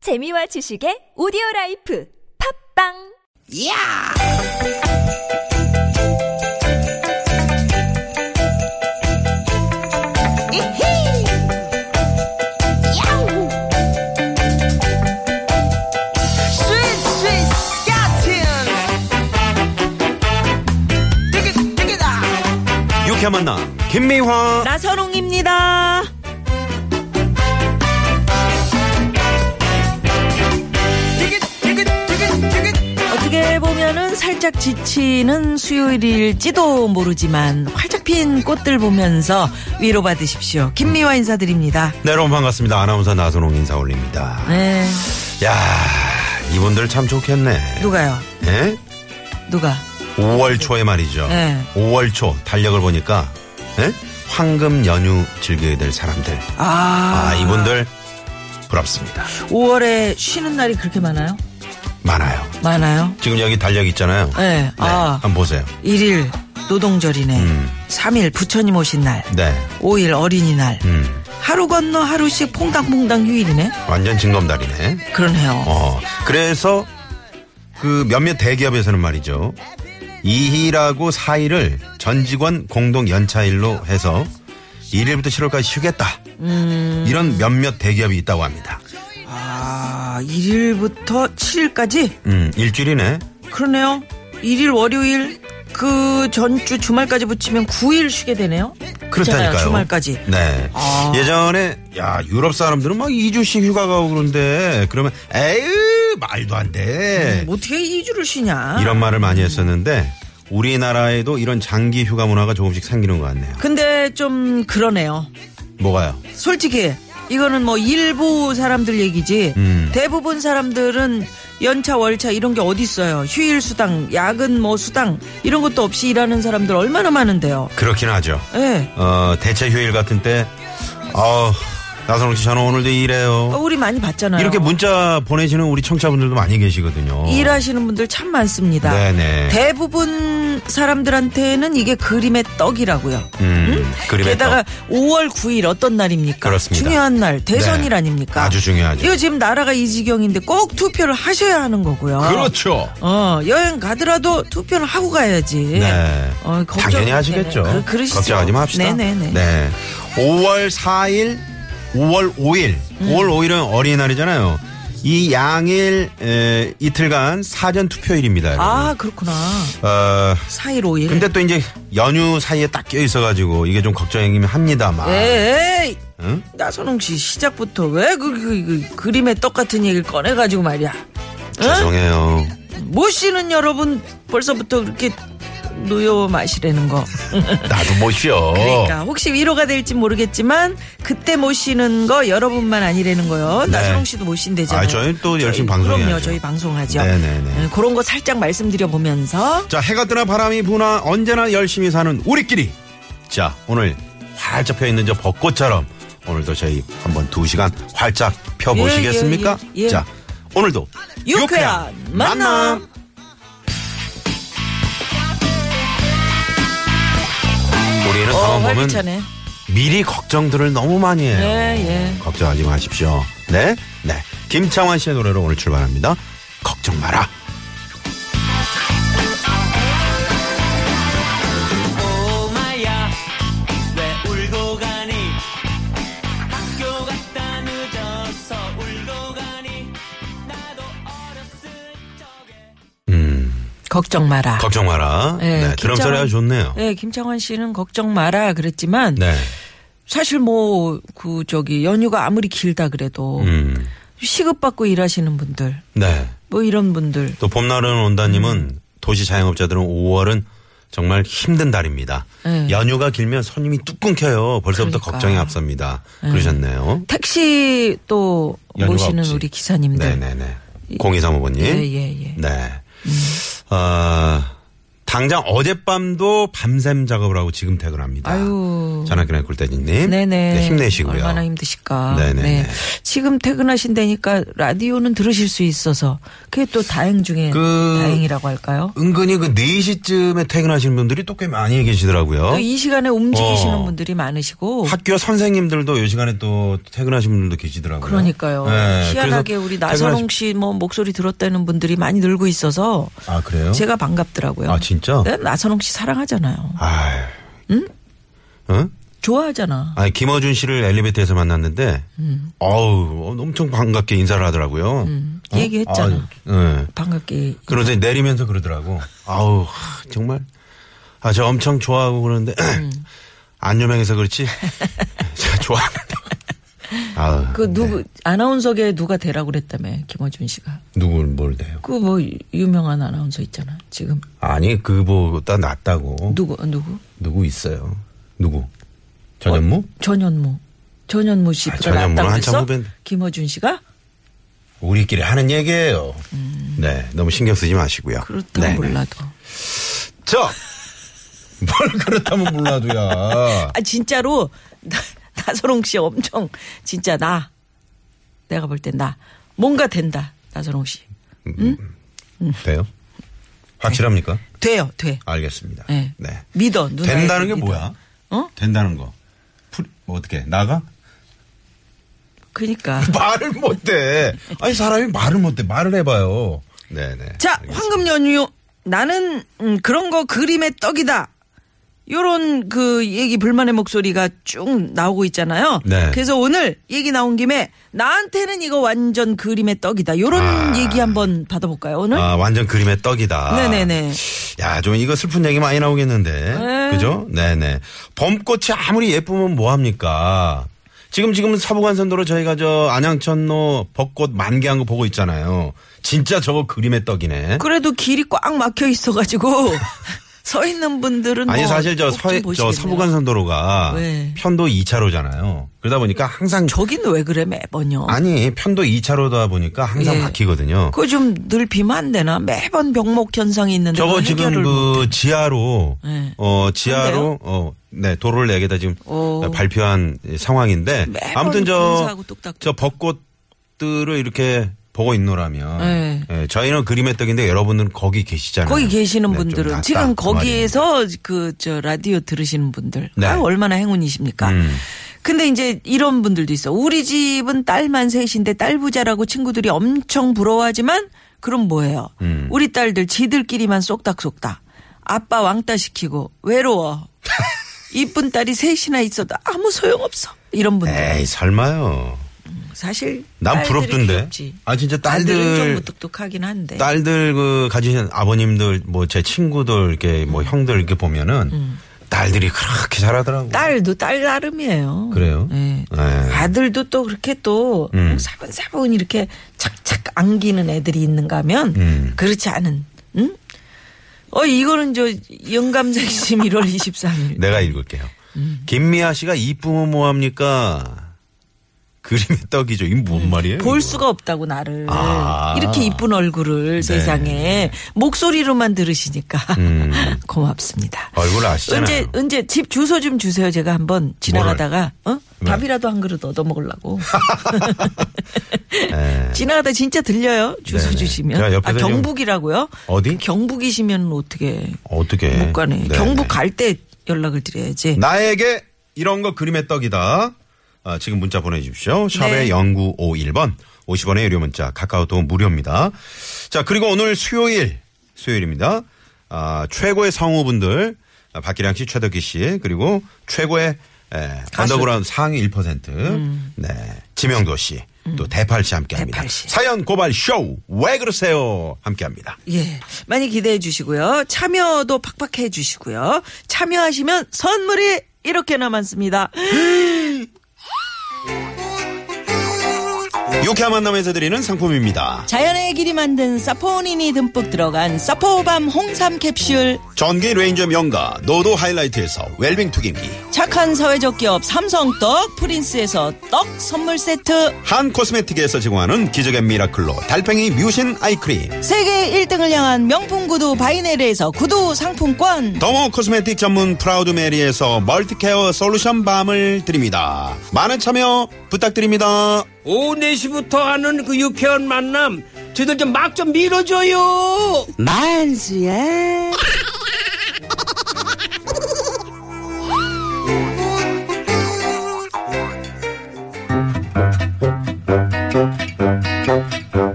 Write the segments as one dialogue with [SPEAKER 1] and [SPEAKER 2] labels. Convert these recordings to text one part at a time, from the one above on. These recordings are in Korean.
[SPEAKER 1] 재미와 지식의 오디오 라이프 팝빵
[SPEAKER 2] 이야! 이히! 야우! 스윗, 스윗, 스카틴! 띠깃, 띠깃아!
[SPEAKER 3] 유쾌한 만남 김미화
[SPEAKER 4] 나선홍입니다.
[SPEAKER 2] 띠깃, 띠깃, 띠깃, 띠깃!
[SPEAKER 4] 어떻게 보면은 살짝 지치는 수요일일지도 모르지만 활짝 핀 꽃들 보면서 위로받으십시오. 김미화 인사드립니다.
[SPEAKER 3] 네 여러분 반갑습니다 아나운서 나선홍 인사 올립니다
[SPEAKER 4] 네.
[SPEAKER 3] 야 이분들 참 좋겠네
[SPEAKER 4] 누가요?
[SPEAKER 3] 예?
[SPEAKER 4] 누가?
[SPEAKER 3] 5월 초에 말이죠
[SPEAKER 4] 네.
[SPEAKER 3] 5월 초 달력을 보니까 예? 황금 연휴 즐겨야 될 사람들
[SPEAKER 4] 아,
[SPEAKER 3] 아 이분들 부럽습니다
[SPEAKER 4] 5월에 쉬는 날이 그렇게 많아요?
[SPEAKER 3] 많아요
[SPEAKER 4] 많아요?
[SPEAKER 3] 지금 여기 달력 있잖아요
[SPEAKER 4] 네. 아,
[SPEAKER 3] 한번 보세요
[SPEAKER 4] 1일 노동절이네.
[SPEAKER 3] 음.
[SPEAKER 4] 3일 부처님 오신 날.
[SPEAKER 3] 네
[SPEAKER 4] 5일 어린이날.
[SPEAKER 3] 음,
[SPEAKER 4] 하루 건너 하루씩 퐁당퐁당 휴일이네.
[SPEAKER 3] 완전 징검다리네
[SPEAKER 4] 그러네요.
[SPEAKER 3] 어, 그래서 그 몇몇 대기업에서는 말이죠. 2일하고 4일을 전 직원 공동 연차일로 해서 1일부터 7월까지 쉬겠다.
[SPEAKER 4] 음.
[SPEAKER 3] 이런 몇몇 대기업이 있다고 합니다.
[SPEAKER 4] 아, 1일부터 7일까지
[SPEAKER 3] 음, 일주일이네.
[SPEAKER 4] 그러네요. 1일 월요일 그 전주 주말까지 붙이면 9일 쉬게 되네요.
[SPEAKER 3] 그렇다니까요.
[SPEAKER 4] 있잖아요, 주말까지.
[SPEAKER 3] 네.
[SPEAKER 4] 아.
[SPEAKER 3] 예전에 야, 유럽 사람들은 막 2주씩 휴가 가고 그러는데 그러면 에휴, 말도 안 돼.
[SPEAKER 4] 뭐 어떻게 2주를 쉬냐.
[SPEAKER 3] 이런 말을 많이 했었는데 우리나라에도 이런 장기 휴가 문화가 조금씩 생기는 것 같네요.
[SPEAKER 4] 근데 좀 그러네요.
[SPEAKER 3] 뭐가요?
[SPEAKER 4] 솔직히 이거는 뭐 일부 사람들 얘기지
[SPEAKER 3] 음.
[SPEAKER 4] 대부분 사람들은 연차 월차 이런 게 어디 있어요. 휴일 수당, 야근 뭐 수당 이런 것도 없이 일하는 사람들 얼마나 많은데요.
[SPEAKER 3] 그렇긴 하죠.
[SPEAKER 4] 예.
[SPEAKER 3] 어, 대체 휴일 같은 때, 어, 나선홍 씨, 저는 오늘도
[SPEAKER 4] 어,
[SPEAKER 3] 일해요.
[SPEAKER 4] 우리 많이 봤잖아요.
[SPEAKER 3] 이렇게 뭐. 문자 보내시는 우리 청취자분들도 많이 계시거든요.
[SPEAKER 4] 일하시는 분들 참 많습니다.
[SPEAKER 3] 네네.
[SPEAKER 4] 대부분 사람들한테는 이게 그림의 떡이라고요.
[SPEAKER 3] 음, 그림에
[SPEAKER 4] 게다가 5월 9일 어떤 날입니까?
[SPEAKER 3] 그렇습니다.
[SPEAKER 4] 중요한 날 대선일
[SPEAKER 3] 네.
[SPEAKER 4] 아닙니까?
[SPEAKER 3] 아주 중요하죠.
[SPEAKER 4] 이거 지금 나라가 이 지경인데 꼭 투표를 하셔야 하는 거고요.
[SPEAKER 3] 그렇죠.
[SPEAKER 4] 어 여행 가더라도 투표를 하고 가야지.
[SPEAKER 3] 네.
[SPEAKER 4] 어, 걱정-
[SPEAKER 3] 당연히 하시겠죠.
[SPEAKER 4] 네네. 그, 그러시죠.
[SPEAKER 3] 걱정하지 맙시다.
[SPEAKER 4] 네네네.
[SPEAKER 3] 네. 5월 4일, 5월 5일.
[SPEAKER 4] 음.
[SPEAKER 3] 5월 5일은 어린이날이잖아요. 이 양일 에, 이틀간 사전 투표일입니다. 여러분.
[SPEAKER 4] 아 그렇구나.
[SPEAKER 3] 어,
[SPEAKER 4] 4일 5일.
[SPEAKER 3] 근데 또 이제 연휴 사이에 딱 껴 있어가지고 이게 좀 걱정이긴 합니다만.
[SPEAKER 4] 네. 에이
[SPEAKER 3] 응?
[SPEAKER 4] 나선홍 씨 시작부터 왜 그 그, 그, 그림의 떡 같은 얘기를 꺼내가지고 말이야. 응?
[SPEAKER 3] 죄송해요.
[SPEAKER 4] 모 씨는 여러분 벌써부터 그렇게 노여 마시라는 거.
[SPEAKER 3] 나도 못 쉬어.
[SPEAKER 4] 그러니까 혹시 위로가 될지 모르겠지만 그때 모시는 거 여러분만 아니라는 거요. 나선홍 씨도
[SPEAKER 3] 네.
[SPEAKER 4] 모신대잖아요.
[SPEAKER 3] 아, 저희는 또 열심히
[SPEAKER 4] 그럼요,
[SPEAKER 3] 방송해야죠.
[SPEAKER 4] 저희 방송하죠.
[SPEAKER 3] 네네네.
[SPEAKER 4] 네, 그런 거 살짝 말씀드려 보면서
[SPEAKER 3] 자, 해가 뜨나 바람이 부나 언제나 열심히 사는 우리끼리. 자, 오늘 활짝 펴 있는 저 벚꽃처럼 오늘도 저희 한번 두 시간 활짝 펴 보시겠습니까?
[SPEAKER 4] 예, 예, 예.
[SPEAKER 3] 자, 오늘도
[SPEAKER 4] 유쾌한 만남.
[SPEAKER 3] 우리는
[SPEAKER 4] 어,
[SPEAKER 3] 가만 보면
[SPEAKER 4] 활기차네.
[SPEAKER 3] 미리 걱정들을 너무 많이 해요.
[SPEAKER 4] 예,
[SPEAKER 3] 걱정하지 마십시오. 네, 네. 김창완 씨의 노래로 오늘 출발합니다. 걱정 마라.
[SPEAKER 5] 엄마야 왜 울고 가니 학교 갔다 늦어서 울고 가니 나도 어렸을 적에
[SPEAKER 3] 음,
[SPEAKER 4] 걱정 마라.
[SPEAKER 3] 걱정 마라.
[SPEAKER 4] 예,
[SPEAKER 3] 네, 드럼
[SPEAKER 4] 김창완-
[SPEAKER 3] 소리가 좋네요.
[SPEAKER 4] 네, 김창원 씨는 걱정 마라 그랬지만
[SPEAKER 3] 네.
[SPEAKER 4] 사실 뭐 그 저기 연휴가 아무리 길다 그래도
[SPEAKER 3] 음,
[SPEAKER 4] 시급받고 일하시는 분들
[SPEAKER 3] 네.
[SPEAKER 4] 뭐 이런 분들
[SPEAKER 3] 또 봄날은
[SPEAKER 4] 음.
[SPEAKER 3] 온다님은 도시 자영업자들은 5월은 정말 힘든 달입니다.
[SPEAKER 4] 네.
[SPEAKER 3] 연휴가 길면 손님이 뚝 끊겨요. 벌써부터
[SPEAKER 4] 그러니까.
[SPEAKER 3] 걱정이 앞섭니다. 그러셨네요.
[SPEAKER 4] 택시 또
[SPEAKER 3] 연휴가
[SPEAKER 4] 모시는
[SPEAKER 3] 없지.
[SPEAKER 4] 우리
[SPEAKER 3] 네,
[SPEAKER 4] 기사님들 네,
[SPEAKER 3] 네네네. 0235번님.
[SPEAKER 4] 예, 예, 예.
[SPEAKER 3] 네. 아, 당장 어젯밤도 밤샘 작업을 하고 지금 퇴근합니다.
[SPEAKER 4] 아유.
[SPEAKER 3] 전화기나 꿀대진님.
[SPEAKER 4] 네네.
[SPEAKER 3] 네, 힘내시고요.
[SPEAKER 4] 얼마나 힘드실까.
[SPEAKER 3] 네네네.
[SPEAKER 4] 네. 지금 퇴근하신다니까 라디오는 들으실 수 있어서 그게 또 다행 중에
[SPEAKER 3] 그-
[SPEAKER 4] 다행이라고 할까요?
[SPEAKER 3] 은근히 그 4시쯤에 퇴근하시는 분들이 또 꽤 많이 계시더라고요.
[SPEAKER 4] 또 이 시간에 움직이시는
[SPEAKER 3] 어.
[SPEAKER 4] 분들이 많으시고
[SPEAKER 3] 학교 선생님들도 이 시간에 또 퇴근하시는 분들도 계시더라고요.
[SPEAKER 4] 그러니까요.
[SPEAKER 3] 네,
[SPEAKER 4] 희한하게
[SPEAKER 3] 그래서
[SPEAKER 4] 우리 나선홍
[SPEAKER 3] 퇴근하시-
[SPEAKER 4] 씨 뭐 목소리 들었다는 분들이 많이 늘고 있어서
[SPEAKER 3] 아, 그래요?
[SPEAKER 4] 제가 반갑더라고요.
[SPEAKER 3] 아, 진짜?
[SPEAKER 4] 네? 나선홍 씨 사랑하잖아요.
[SPEAKER 3] 아유. 응?
[SPEAKER 4] 좋아하잖아.
[SPEAKER 3] 어? 아니 김어준 씨를 엘리베이터에서 만났는데
[SPEAKER 4] 음.
[SPEAKER 3] 어우 엄청 반갑게 인사를 하더라고요. 어?
[SPEAKER 4] 얘기했잖아.
[SPEAKER 3] 아유, 예.
[SPEAKER 4] 반갑게.
[SPEAKER 3] 그러더니 내리면서 그러더라고. 아우 하, 정말 아 저 엄청 좋아하고 그러는데 안 유명해서 그렇지 제가 좋아하는데. 아우
[SPEAKER 4] 그 누구
[SPEAKER 3] 네.
[SPEAKER 4] 아나운서계 누가 되라고 그랬다며 김어준 씨가.
[SPEAKER 3] 누굴 뭘 대요?
[SPEAKER 4] 그 뭐 유명한 아나운서 있잖아. 지금
[SPEAKER 3] 아니 그보다 낫다고
[SPEAKER 4] 누구 누구?
[SPEAKER 3] 누구 있어요? 누구 전현무?
[SPEAKER 4] 전현무. 전현무
[SPEAKER 3] 아,
[SPEAKER 4] 씨보다
[SPEAKER 3] 전현무는
[SPEAKER 4] 낫다고
[SPEAKER 3] 한참
[SPEAKER 4] 그랬어?
[SPEAKER 3] 후배인데.
[SPEAKER 4] 김어준 씨가
[SPEAKER 3] 우리끼리 하는 얘기예요. 네 너무 신경 쓰지 마시고요.
[SPEAKER 4] 그렇다
[SPEAKER 3] 네, 네.
[SPEAKER 4] 몰라도.
[SPEAKER 3] 저! 뭘 그렇다면 몰라도야.
[SPEAKER 4] 아 진짜로 나, 나선홍 씨 엄청 진짜 나 내가 볼 땐 나 뭔가 된다 나선홍 씨
[SPEAKER 3] 돼요? 확실합니까?
[SPEAKER 4] 돼요 돼.
[SPEAKER 3] 아. 알겠습니다. 네.
[SPEAKER 4] 예. 믿어 누나.
[SPEAKER 3] 된다는 게 뭐야?
[SPEAKER 4] 어?
[SPEAKER 3] 된다는 거. 풀, 뭐 어떻게, 나가?
[SPEAKER 4] 그니까.
[SPEAKER 3] 말을 못해. 아니, 사람이 말을 못해. 말을 해봐요. 네네.
[SPEAKER 4] 자 황금 연휴 나는 음, 그런 거 그림의 떡이다. 요런 그 얘기 불만의 목소리가 쭉 나오고 있잖아요.
[SPEAKER 3] 네.
[SPEAKER 4] 그래서 오늘 얘기 나온 김에 나한테는 이거 완전 그림의 떡이다. 요런
[SPEAKER 3] 아.
[SPEAKER 4] 얘기 한번 받아볼까요 오늘?
[SPEAKER 3] 아, 완전 그림의 떡이다.
[SPEAKER 4] 네네네.
[SPEAKER 3] 야, 좀 이거 슬픈 얘기 많이 나오겠는데.
[SPEAKER 4] 네.
[SPEAKER 3] 그죠? 네네. 봄꽃이 아무리 예쁘면 뭐 뭐합니까? 지금 지금 서부간선도로 저희가 저 안양천로 벚꽃 만개한 거 보고 있잖아요. 진짜 저거 그림의 떡이네.
[SPEAKER 4] 그래도 길이 꽉 막혀 있어가지고 서 있는 분들은
[SPEAKER 3] 아니
[SPEAKER 4] 뭐
[SPEAKER 3] 사실 저,
[SPEAKER 4] 꼭좀
[SPEAKER 3] 서, 저
[SPEAKER 4] 보시겠네요.
[SPEAKER 3] 서부간선도로가
[SPEAKER 4] 왜?
[SPEAKER 3] 편도 2차로잖아요. 그러다 보니까 항상
[SPEAKER 4] 저긴 왜 그래 매번요?
[SPEAKER 3] 아니 편도 2차로다 보니까 항상
[SPEAKER 4] 예.
[SPEAKER 3] 막히거든요.
[SPEAKER 4] 그거 좀 늘비면 안 되나? 매번 병목 현상이 있는데
[SPEAKER 3] 저거
[SPEAKER 4] 그거
[SPEAKER 3] 지금
[SPEAKER 4] 해결을 못-
[SPEAKER 3] 그 지하로
[SPEAKER 4] 네.
[SPEAKER 3] 어 지하로 어네 도로를 내게다 지금
[SPEAKER 4] 오.
[SPEAKER 3] 발표한 상황인데
[SPEAKER 4] 매번
[SPEAKER 3] 아무튼 저
[SPEAKER 4] 공사하고 뚝딱뚝딱.
[SPEAKER 3] 저 벚꽃들을 이렇게 보고 있노라면
[SPEAKER 4] 네.
[SPEAKER 3] 예, 저희는 그림의 떡인데 여러분들은 거기 계시잖아요.
[SPEAKER 4] 거기 계시는
[SPEAKER 3] 네, 좀
[SPEAKER 4] 분들은
[SPEAKER 3] 낫다,
[SPEAKER 4] 지금
[SPEAKER 3] 그
[SPEAKER 4] 거기에서 그 저 라디오 들으시는 분들
[SPEAKER 3] 네.
[SPEAKER 4] 아유, 얼마나 행운이십니까?
[SPEAKER 3] 음.
[SPEAKER 4] 근데 이제 이런 분들도 있어. 우리 집은 딸만 셋인데 딸 부자라고 친구들이 엄청 부러워하지만 그럼 뭐예요?
[SPEAKER 3] 음.
[SPEAKER 4] 우리 딸들 지들끼리만 쏙닥쏙닥 아빠 왕따 시키고 외로워. 이쁜 딸이 셋이나 있어도 아무 소용 없어. 이런 분들
[SPEAKER 3] 말이에요. 에이 설마요.
[SPEAKER 4] 사실
[SPEAKER 3] 난
[SPEAKER 4] 딸들이
[SPEAKER 3] 부럽던데.
[SPEAKER 4] 귀엽지.
[SPEAKER 3] 아, 진짜 딸들-
[SPEAKER 4] 아들은 좀 무뚝뚝하긴 한데.
[SPEAKER 3] 딸들 그 가지신 아버님들 뭐 제 친구들 이렇게
[SPEAKER 4] 음.
[SPEAKER 3] 뭐 형들 이렇게 보면은 딸들이 그렇게 잘하더라고.
[SPEAKER 4] 딸도 딸 나름이에요.
[SPEAKER 3] 그래요?
[SPEAKER 4] 네.
[SPEAKER 3] 네.
[SPEAKER 4] 아들도 또 그렇게 또뭐
[SPEAKER 3] 음.
[SPEAKER 4] 사분사분 이렇게 착착 안기는 애들이 있는가 하면
[SPEAKER 3] 음.
[SPEAKER 4] 그렇지 않은 응? 어 이거는 저 영감생심 1월 23일
[SPEAKER 3] 내가 읽을게요.
[SPEAKER 4] 음.
[SPEAKER 3] 김미아 씨가 이쁘면 뭐 뭐합니까? 그림의 떡이죠. 이게 뭔 말이에요?
[SPEAKER 4] 음. 볼
[SPEAKER 3] 이거?
[SPEAKER 4] 수가 없다고 나를
[SPEAKER 3] 아. 네.
[SPEAKER 4] 이렇게 이쁜 얼굴을 세상에 목소리로만 들으시니까
[SPEAKER 3] 음.
[SPEAKER 4] 고맙습니다.
[SPEAKER 3] 얼굴 아시잖아요.
[SPEAKER 4] 언제 언제 집 주소 좀 주세요. 제가 한번 지나가다가 어?
[SPEAKER 3] 네.
[SPEAKER 4] 밥이라도 한 그릇 얻어 먹으려고
[SPEAKER 3] 예.
[SPEAKER 4] 지나가다 진짜 들려요. 주소
[SPEAKER 3] 네네. 제가
[SPEAKER 4] 주시면. 아
[SPEAKER 3] 옆에서 좀-
[SPEAKER 4] 경북이라고요?
[SPEAKER 3] 어디?
[SPEAKER 4] 경북이시면 어떻게
[SPEAKER 3] 어떻게?
[SPEAKER 4] 못 가네.
[SPEAKER 3] 네네.
[SPEAKER 4] 경북 갈 때 연락을 드려야지.
[SPEAKER 3] 나에게 이런 거 그림의 떡이다. 아, 지금 문자 보내주십시오. 샵의
[SPEAKER 4] 네.
[SPEAKER 3] 0951번 50원의 유료 문자 카카오톡 무료입니다. 자 그리고 오늘 수요일 수요일입니다. 아, 최고의 성우분들 아, 박기량 씨, 최덕기 씨 그리고 최고의 에,
[SPEAKER 4] 가수. 음.
[SPEAKER 3] 언더그라운드 상위 1% 네, 지명도 씨. 또 대팔 씨 함께합니다.
[SPEAKER 4] 대팔 씨.
[SPEAKER 3] 사연 고발 쇼 왜 그러세요 함께합니다.
[SPEAKER 4] 예. 많이 기대해 주시고요. 참여도 팍팍해 주시고요. 참여하시면 선물이 이렇게나 많습니다.
[SPEAKER 3] 유쾌한 만남에서 드리는 상품입니다.
[SPEAKER 4] 자연의 길이 만든 사포닌이 듬뿍 들어간 사포밤 홍삼 캡슐
[SPEAKER 3] 전기 레인저 명가 노도 하이라이트에서 웰빙 투기미
[SPEAKER 4] 착한 사회적 기업 삼성떡 프린스에서 떡 선물 세트
[SPEAKER 3] 한 코스메틱에서 제공하는 기적의 미라클로 달팽이 뮤신 아이크림
[SPEAKER 4] 세계 1등을 향한 명품 구두 바이네르에서 구두 상품권
[SPEAKER 3] 더머 코스메틱 전문 프라우드 메리에서 멀티케어 솔루션 밤을 드립니다. 많은 참여 부탁드립니다.
[SPEAKER 6] 오후 4시부터 하는 그 유쾌한 만남 저희들 좀 막 좀 밀어줘요
[SPEAKER 4] 만수야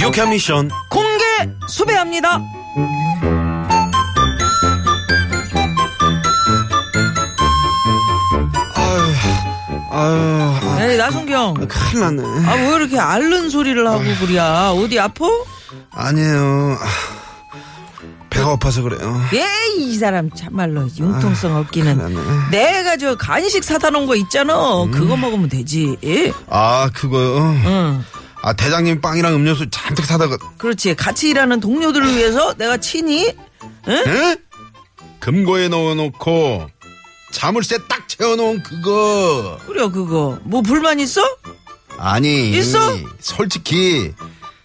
[SPEAKER 3] 유쾌한 미션
[SPEAKER 4] 공개 수배합니다
[SPEAKER 3] 아유
[SPEAKER 4] 에이 나순경
[SPEAKER 3] 큰일 났네.
[SPEAKER 4] 아 왜 이렇게 앓는 소리를 하고 그랴 어디 아파?
[SPEAKER 3] 아니에요. 배가 고파서 그래요.
[SPEAKER 4] 에이 이 사람 참말로 융통성
[SPEAKER 3] 큰일
[SPEAKER 4] 없기는
[SPEAKER 3] 났네.
[SPEAKER 4] 내가 저 간식 사다 놓은 거 있잖아 그거 먹으면 되지 예?
[SPEAKER 3] 아 그거요.
[SPEAKER 4] 응
[SPEAKER 3] 아 대장님 빵이랑 음료수 잔뜩 사다가
[SPEAKER 4] 그렇지 같이 일하는 동료들을 위해서 내가 친히
[SPEAKER 3] 에? 금고에 넣어놓고 자물쇠 딱 채워놓은 그거
[SPEAKER 4] 그래 그거 뭐 불만 있어?
[SPEAKER 3] 아니
[SPEAKER 4] 있어?
[SPEAKER 3] 솔직히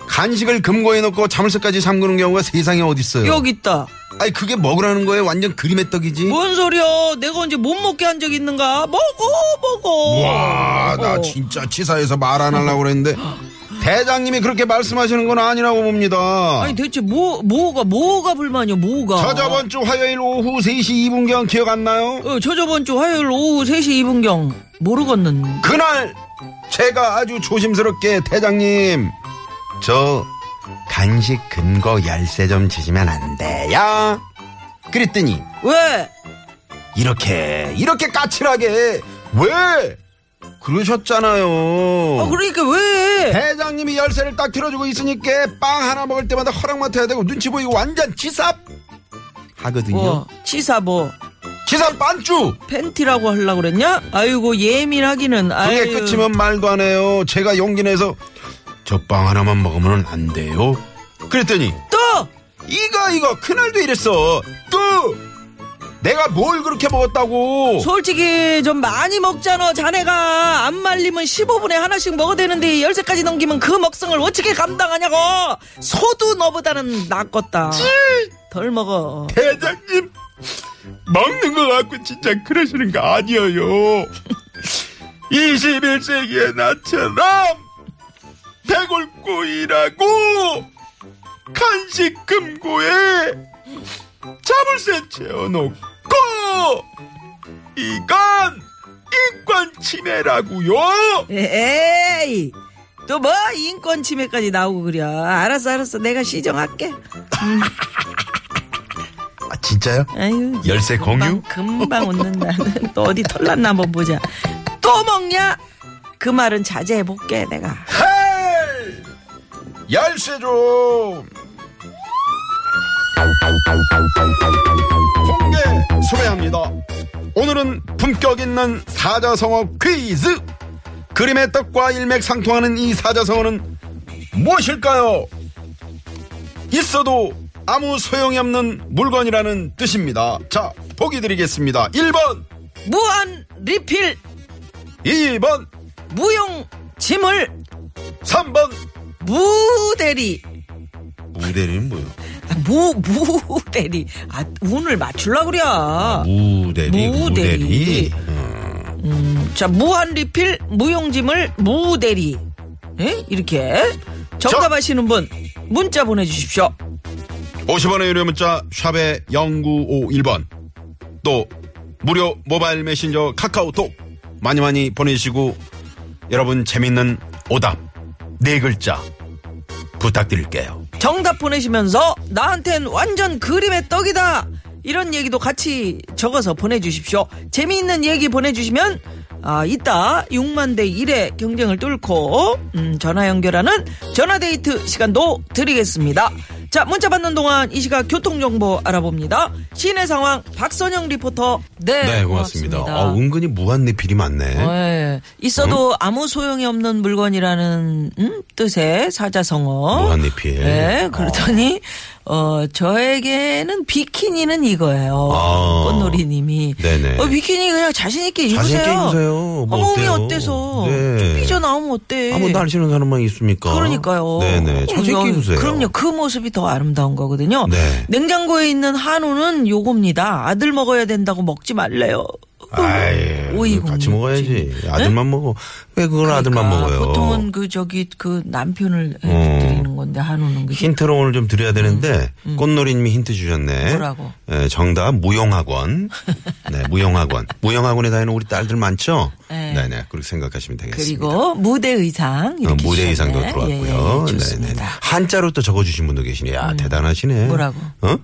[SPEAKER 3] 간식을 금고에 넣고 자물쇠까지 잠그는 경우가 세상에 어딨어요.
[SPEAKER 4] 여기 있다
[SPEAKER 3] 아니 그게 먹으라는 거에 완전 그림의 떡이지.
[SPEAKER 4] 뭔 소리야 내가 언제 못 먹게 한 적 있는가 먹어 먹어
[SPEAKER 3] 와, 나
[SPEAKER 4] 어.
[SPEAKER 3] 진짜 치사해서 말 안 하려고 그랬는데 대장님이 그렇게 말씀하시는 건 아니라고 봅니다.
[SPEAKER 4] 아니 어. 대체 뭐 뭐가 뭐가 불만이야 뭐가
[SPEAKER 3] 저 저번 주 화요일 오후 3시 2분경 기억 안 나요?
[SPEAKER 4] 어, 저 저번 주 화요일 오후 3시 2분경 모르겠는
[SPEAKER 3] 그날 제가 아주 조심스럽게 대장님 저 간식 금고 열쇠 좀 주시면 안 돼요? 그랬더니
[SPEAKER 4] 왜?
[SPEAKER 3] 이렇게 이렇게 까칠하게 왜 그러셨잖아요.
[SPEAKER 4] 아 그러니까 왜?
[SPEAKER 3] 대장님이 열쇠를 딱 들어주고 있으니까 빵 하나 먹을 때마다 허락 맡아야 되고 눈치 보이고 완전 치삽 하거든요.
[SPEAKER 4] 뭐 치사 뭐
[SPEAKER 3] 치삽 반주.
[SPEAKER 4] 팬티라고 하려고 그랬냐? 아이고 예민하기는
[SPEAKER 3] 그게
[SPEAKER 4] 아유
[SPEAKER 3] 끝이면 말도 안 해요. 제가 용기 내서 저 빵 하나만 먹으면 안 돼요. 그랬더니
[SPEAKER 4] 또
[SPEAKER 3] 이거 이거 그날도 이랬어. 또 내가 뭘 그렇게 먹었다고.
[SPEAKER 4] 솔직히 좀 많이 먹잖아 자네가 안 말리면 15분에 하나씩 먹어야 되는데 열쇠까지 넘기면 그 먹성을 어떻게 감당하냐고 소도 너보다는 낫겠다 덜 먹어
[SPEAKER 3] 대장님 먹는 거 갖고 진짜 그러시는 거 아니에요. 21세기의 나처럼 대골고이라고 간식 금고에 자물쇠 채워놓고 이건 인권 침해라고요.
[SPEAKER 4] 에이 또 뭐 인권 침해까지 나오고 그래 알았어 알았어 내가 시정할게
[SPEAKER 3] 아 진짜요?
[SPEAKER 4] 아유
[SPEAKER 3] 열쇠 공유?
[SPEAKER 4] 금방, 금방 웃는다 또 어디 털났나 한번 보자 또 먹냐 그 말은 자제해볼게 내가
[SPEAKER 3] 헬! 열쇠 좀! 공개 수배합니다. 오늘은 품격 있는 사자성어 퀴즈! 그림의 떡과 일맥상통하는 이 사자성어는 무엇일까요? 있어도 아무 소용이 없는 물건이라는 뜻입니다. 자, 보기 드리겠습니다. 1번,
[SPEAKER 4] 무한 리필
[SPEAKER 3] 2번,
[SPEAKER 4] 무용 짐을
[SPEAKER 3] 3번.
[SPEAKER 4] 무대리
[SPEAKER 3] 무대리는 뭐예요?
[SPEAKER 4] 아, 무 무대리 아 운을 맞출라 그래
[SPEAKER 3] 무대리,
[SPEAKER 4] 무대리.
[SPEAKER 3] 무대리.
[SPEAKER 4] 자 무한 리필 무용짐을 무대리 예? 이렇게 정답
[SPEAKER 3] 저-
[SPEAKER 4] 아시는 분 문자 보내주십시오
[SPEAKER 3] 50원의 유료 문자 샵에 0951번 또 무료 모바일 메신저 카카오톡 많이 많이 보내주시고 여러분 재밌는 오답 네 글자 부탁드릴게요
[SPEAKER 4] 정답 보내시면서 나한텐 완전 그림의 떡이다 이런 얘기도 같이 적어서 보내주십시오 재미있는 얘기 보내주시면 아 이따 6만 대 1의 경쟁을 뚫고 음, 전화 연결하는 전화데이트 시간도 드리겠습니다 자, 문자 받는 동안 이 시각 교통정보 알아봅니다. 시내 상황 박선영 리포터. 네,
[SPEAKER 3] 네, 고맙습니다. 어, 은근히 무한 리필이 많네.
[SPEAKER 4] 예, 있어도 아무 소용이 없는 물건이라는 음, 뜻의 사자성어.
[SPEAKER 3] 무한리필.
[SPEAKER 4] 예, 그러더니 어. 저에게는 비키니는 이거예요.
[SPEAKER 3] 아.
[SPEAKER 4] 꽃놀이님이.
[SPEAKER 3] 네네.
[SPEAKER 4] 어, 비키니 그냥 자신 있게 입으세요.
[SPEAKER 3] 자신 있게 입으세요. 뭐
[SPEAKER 4] 몸이
[SPEAKER 3] 어때요?
[SPEAKER 4] 어때서?
[SPEAKER 3] 네.
[SPEAKER 4] 좀 삐져 나오면 어때?
[SPEAKER 3] 아무 뭐 날 싫은 사람만 있습니까?
[SPEAKER 4] 그러니까요.
[SPEAKER 3] 네네. 자신
[SPEAKER 4] 그럼요.
[SPEAKER 3] 있게 입으세요.
[SPEAKER 4] 그럼요. 그 모습이 더 아름다운 거거든요.
[SPEAKER 3] 네.
[SPEAKER 4] 냉장고에 있는 한우는 요겁니다. 아들 먹어야 된다고 먹지 말래요.
[SPEAKER 3] 아이,
[SPEAKER 4] 오이공육집. 네?
[SPEAKER 3] 같이 먹어야지. 아들만 먹어. 왜 그걸 아들만
[SPEAKER 4] 그러니까
[SPEAKER 3] 먹어요?
[SPEAKER 4] 보통은 그 저기 그 남편을
[SPEAKER 3] 어.
[SPEAKER 4] 드리는 건데 한우는 그죠?
[SPEAKER 3] 힌트로 오늘 좀 드려야 되는데 꽃놀이님이 힌트 주셨네.
[SPEAKER 4] 음, 뭐라고?
[SPEAKER 3] 예, 정답 무용학원. 네, 무용학원. 무용학원에 다니는 우리 딸들 많죠?
[SPEAKER 4] 네.
[SPEAKER 3] 네, 네. 그렇게 생각하시면 되겠습니다.
[SPEAKER 4] 그리고 무대 의상
[SPEAKER 3] 어,
[SPEAKER 4] 이렇게
[SPEAKER 3] 무대 의상도
[SPEAKER 4] 주셨네.
[SPEAKER 3] 들어왔고요.
[SPEAKER 4] 예, 예,
[SPEAKER 3] 네네.
[SPEAKER 4] 좋습니다. 음.
[SPEAKER 3] 한자로 또 적어주신 분도 계시네. 야, 대단하시네.
[SPEAKER 4] 뭐라고?
[SPEAKER 3] 어?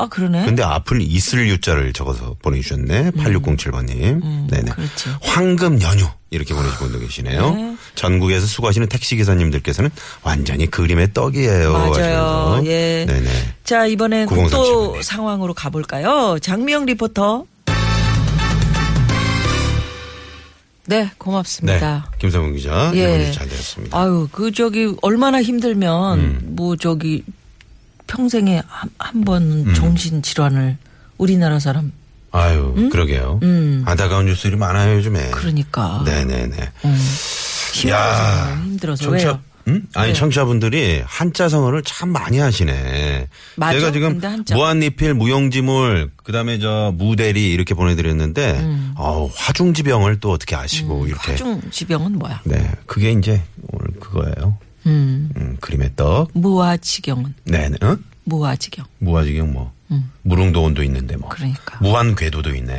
[SPEAKER 4] 아 그러네.
[SPEAKER 3] 근데 앞을 이슬 유자를 적어서 보내주셨네. 8607번님. 네네.
[SPEAKER 4] 음. 그렇지.
[SPEAKER 3] 황금 연휴. 이렇게 보내주신 분도 계시네요. 전국에서 수고하시는 택시기사님들께서는 완전히 그림의 떡이에요.
[SPEAKER 4] 맞아요.
[SPEAKER 3] 하시면서.
[SPEAKER 4] 예.
[SPEAKER 3] 네네.
[SPEAKER 4] 자 이번에
[SPEAKER 3] 9037
[SPEAKER 4] 국도
[SPEAKER 3] 님.
[SPEAKER 4] 상황으로 가볼까요? 장미영 리포터. 네,
[SPEAKER 3] 네.
[SPEAKER 4] 고맙습니다.
[SPEAKER 3] 김성훈 기자.
[SPEAKER 4] 예.
[SPEAKER 3] 이번에 잘 되었습니다.
[SPEAKER 4] 아유, 그 저기 얼마나 힘들면
[SPEAKER 3] 음.
[SPEAKER 4] 뭐 저기 평생에 한 번
[SPEAKER 3] 음.
[SPEAKER 4] 정신 질환을 우리나라 사람
[SPEAKER 3] 아유, 그러게요. 안타까운 뉴스들이 많아요, 요즘에.
[SPEAKER 4] 음? 그러니까
[SPEAKER 3] 네네네.
[SPEAKER 4] 힘들어서
[SPEAKER 3] 야,
[SPEAKER 4] 힘들어서
[SPEAKER 3] 청취자,
[SPEAKER 4] 왜요?
[SPEAKER 3] 음? 아니 청취자분들이 한자 성어를 참 많이 하시네.
[SPEAKER 4] 맞아,
[SPEAKER 3] 저희가 지금
[SPEAKER 4] 근데 한자.
[SPEAKER 3] 무한리필, 무용지물, 그다음에 저 무대리 이렇게 보내드렸는데, 어우 화중지병을 또 어떻게 아시고 이렇게.
[SPEAKER 4] 음. 화중 지병은 뭐야?
[SPEAKER 3] 네, 그게 이제 오늘 그거예요.
[SPEAKER 4] 음,
[SPEAKER 3] 음, 그림의 떡.
[SPEAKER 4] 무아지경은
[SPEAKER 3] 네네. 어?
[SPEAKER 4] 무아지경.
[SPEAKER 3] 무화지경 뭐. 무릉도원도 있는데 뭐.
[SPEAKER 4] 음. 그러니까. 네.
[SPEAKER 3] 무한궤도도 있네요.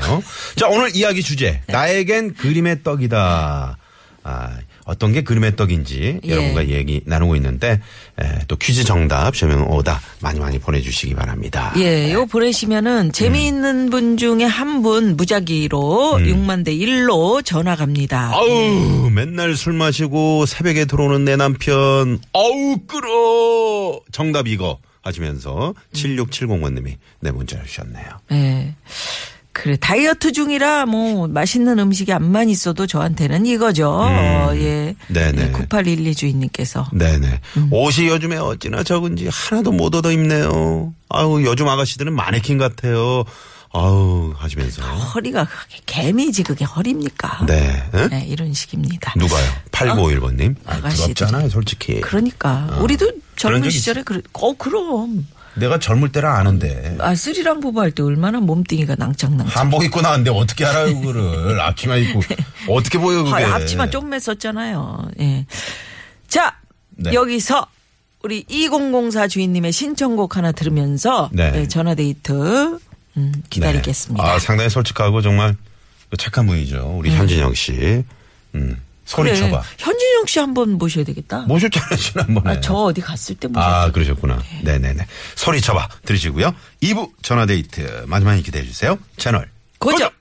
[SPEAKER 3] 자, 오늘 이야기 주제. 나에겐 그림의 떡이다. 아, 어떤 게 그림의 떡인지
[SPEAKER 4] 예.
[SPEAKER 3] 여러분과 얘기 나누고 있는데 에, 또 퀴즈 정답, 제명 오다 많이 많이 보내주시기 바랍니다.
[SPEAKER 4] 예, 요 보내시면은 재미있는
[SPEAKER 3] 네.
[SPEAKER 4] 분 중에 한 분 무작위로 6만 대 1로 전화 갑니다.
[SPEAKER 3] 음. 아우 맨날 술 마시고 새벽에 들어오는 내 남편 아우 끌어 정답 이거
[SPEAKER 4] 음.
[SPEAKER 3] 하시면서 7670번님이 내 문자를 주셨네요.
[SPEAKER 4] 예. 그래 다이어트 중이라 뭐 맛있는 음식이 안만 있어도 저한테는 이거죠. 어, 예.
[SPEAKER 3] 음. 네네.
[SPEAKER 4] 9812 주인님께서
[SPEAKER 3] 네네.
[SPEAKER 4] 음.
[SPEAKER 3] 옷이 요즘에 어찌나 적은지 하나도 못 얻어 입네요. 아우, 요즘 아가씨들은 마네킹 같아요. 아우, 하시면서.
[SPEAKER 4] 허리가 그게 개미지 그게 허리입니까?
[SPEAKER 3] 네. 응?
[SPEAKER 4] 네, 이런 식입니다.
[SPEAKER 3] 누가요? 8951번님. 아,
[SPEAKER 4] 아가씨들.
[SPEAKER 3] 부럽잖아요, 솔직히.
[SPEAKER 4] 그러니까 우리도
[SPEAKER 3] 아. 그런
[SPEAKER 4] 젊은
[SPEAKER 3] 적 있-
[SPEAKER 4] 시절에 그래. 어 그럼
[SPEAKER 3] 내가 젊을 때라 아는데.
[SPEAKER 4] 아 쓰리랑 보부할 때 얼마나 몸뚱이가 낭짝낭짝.
[SPEAKER 3] 한복 입고 나왔는데 어떻게 알아요, 그거를. 앞치마 입고. 어떻게 보여, 그게.
[SPEAKER 4] 아, 앞치마 좀 맸었잖아요. 예. 자
[SPEAKER 3] 네.
[SPEAKER 4] 여기서 우리 2004 주인님의 신청곡 하나 들으면서
[SPEAKER 3] 네.
[SPEAKER 4] 예, 전화데이트 음, 기다리겠습니다.
[SPEAKER 3] 네. 아, 상당히 솔직하고 정말 그 착한 분이죠. 우리 현진영 씨. 음.
[SPEAKER 4] 그래.
[SPEAKER 3] 소리쳐봐.
[SPEAKER 4] 현진영 씨 한 번 모셔야 되겠다.
[SPEAKER 3] 모셨잖아요, 지난번에.
[SPEAKER 4] 아, 저 어디 갔을 때 모셔.
[SPEAKER 3] 네. 아, 그러셨구나. 네네네. 소리 쳐봐. 들으시고요. 2부 전화데이트. 마지막에 기대해주세요. 채널.
[SPEAKER 4] 고정.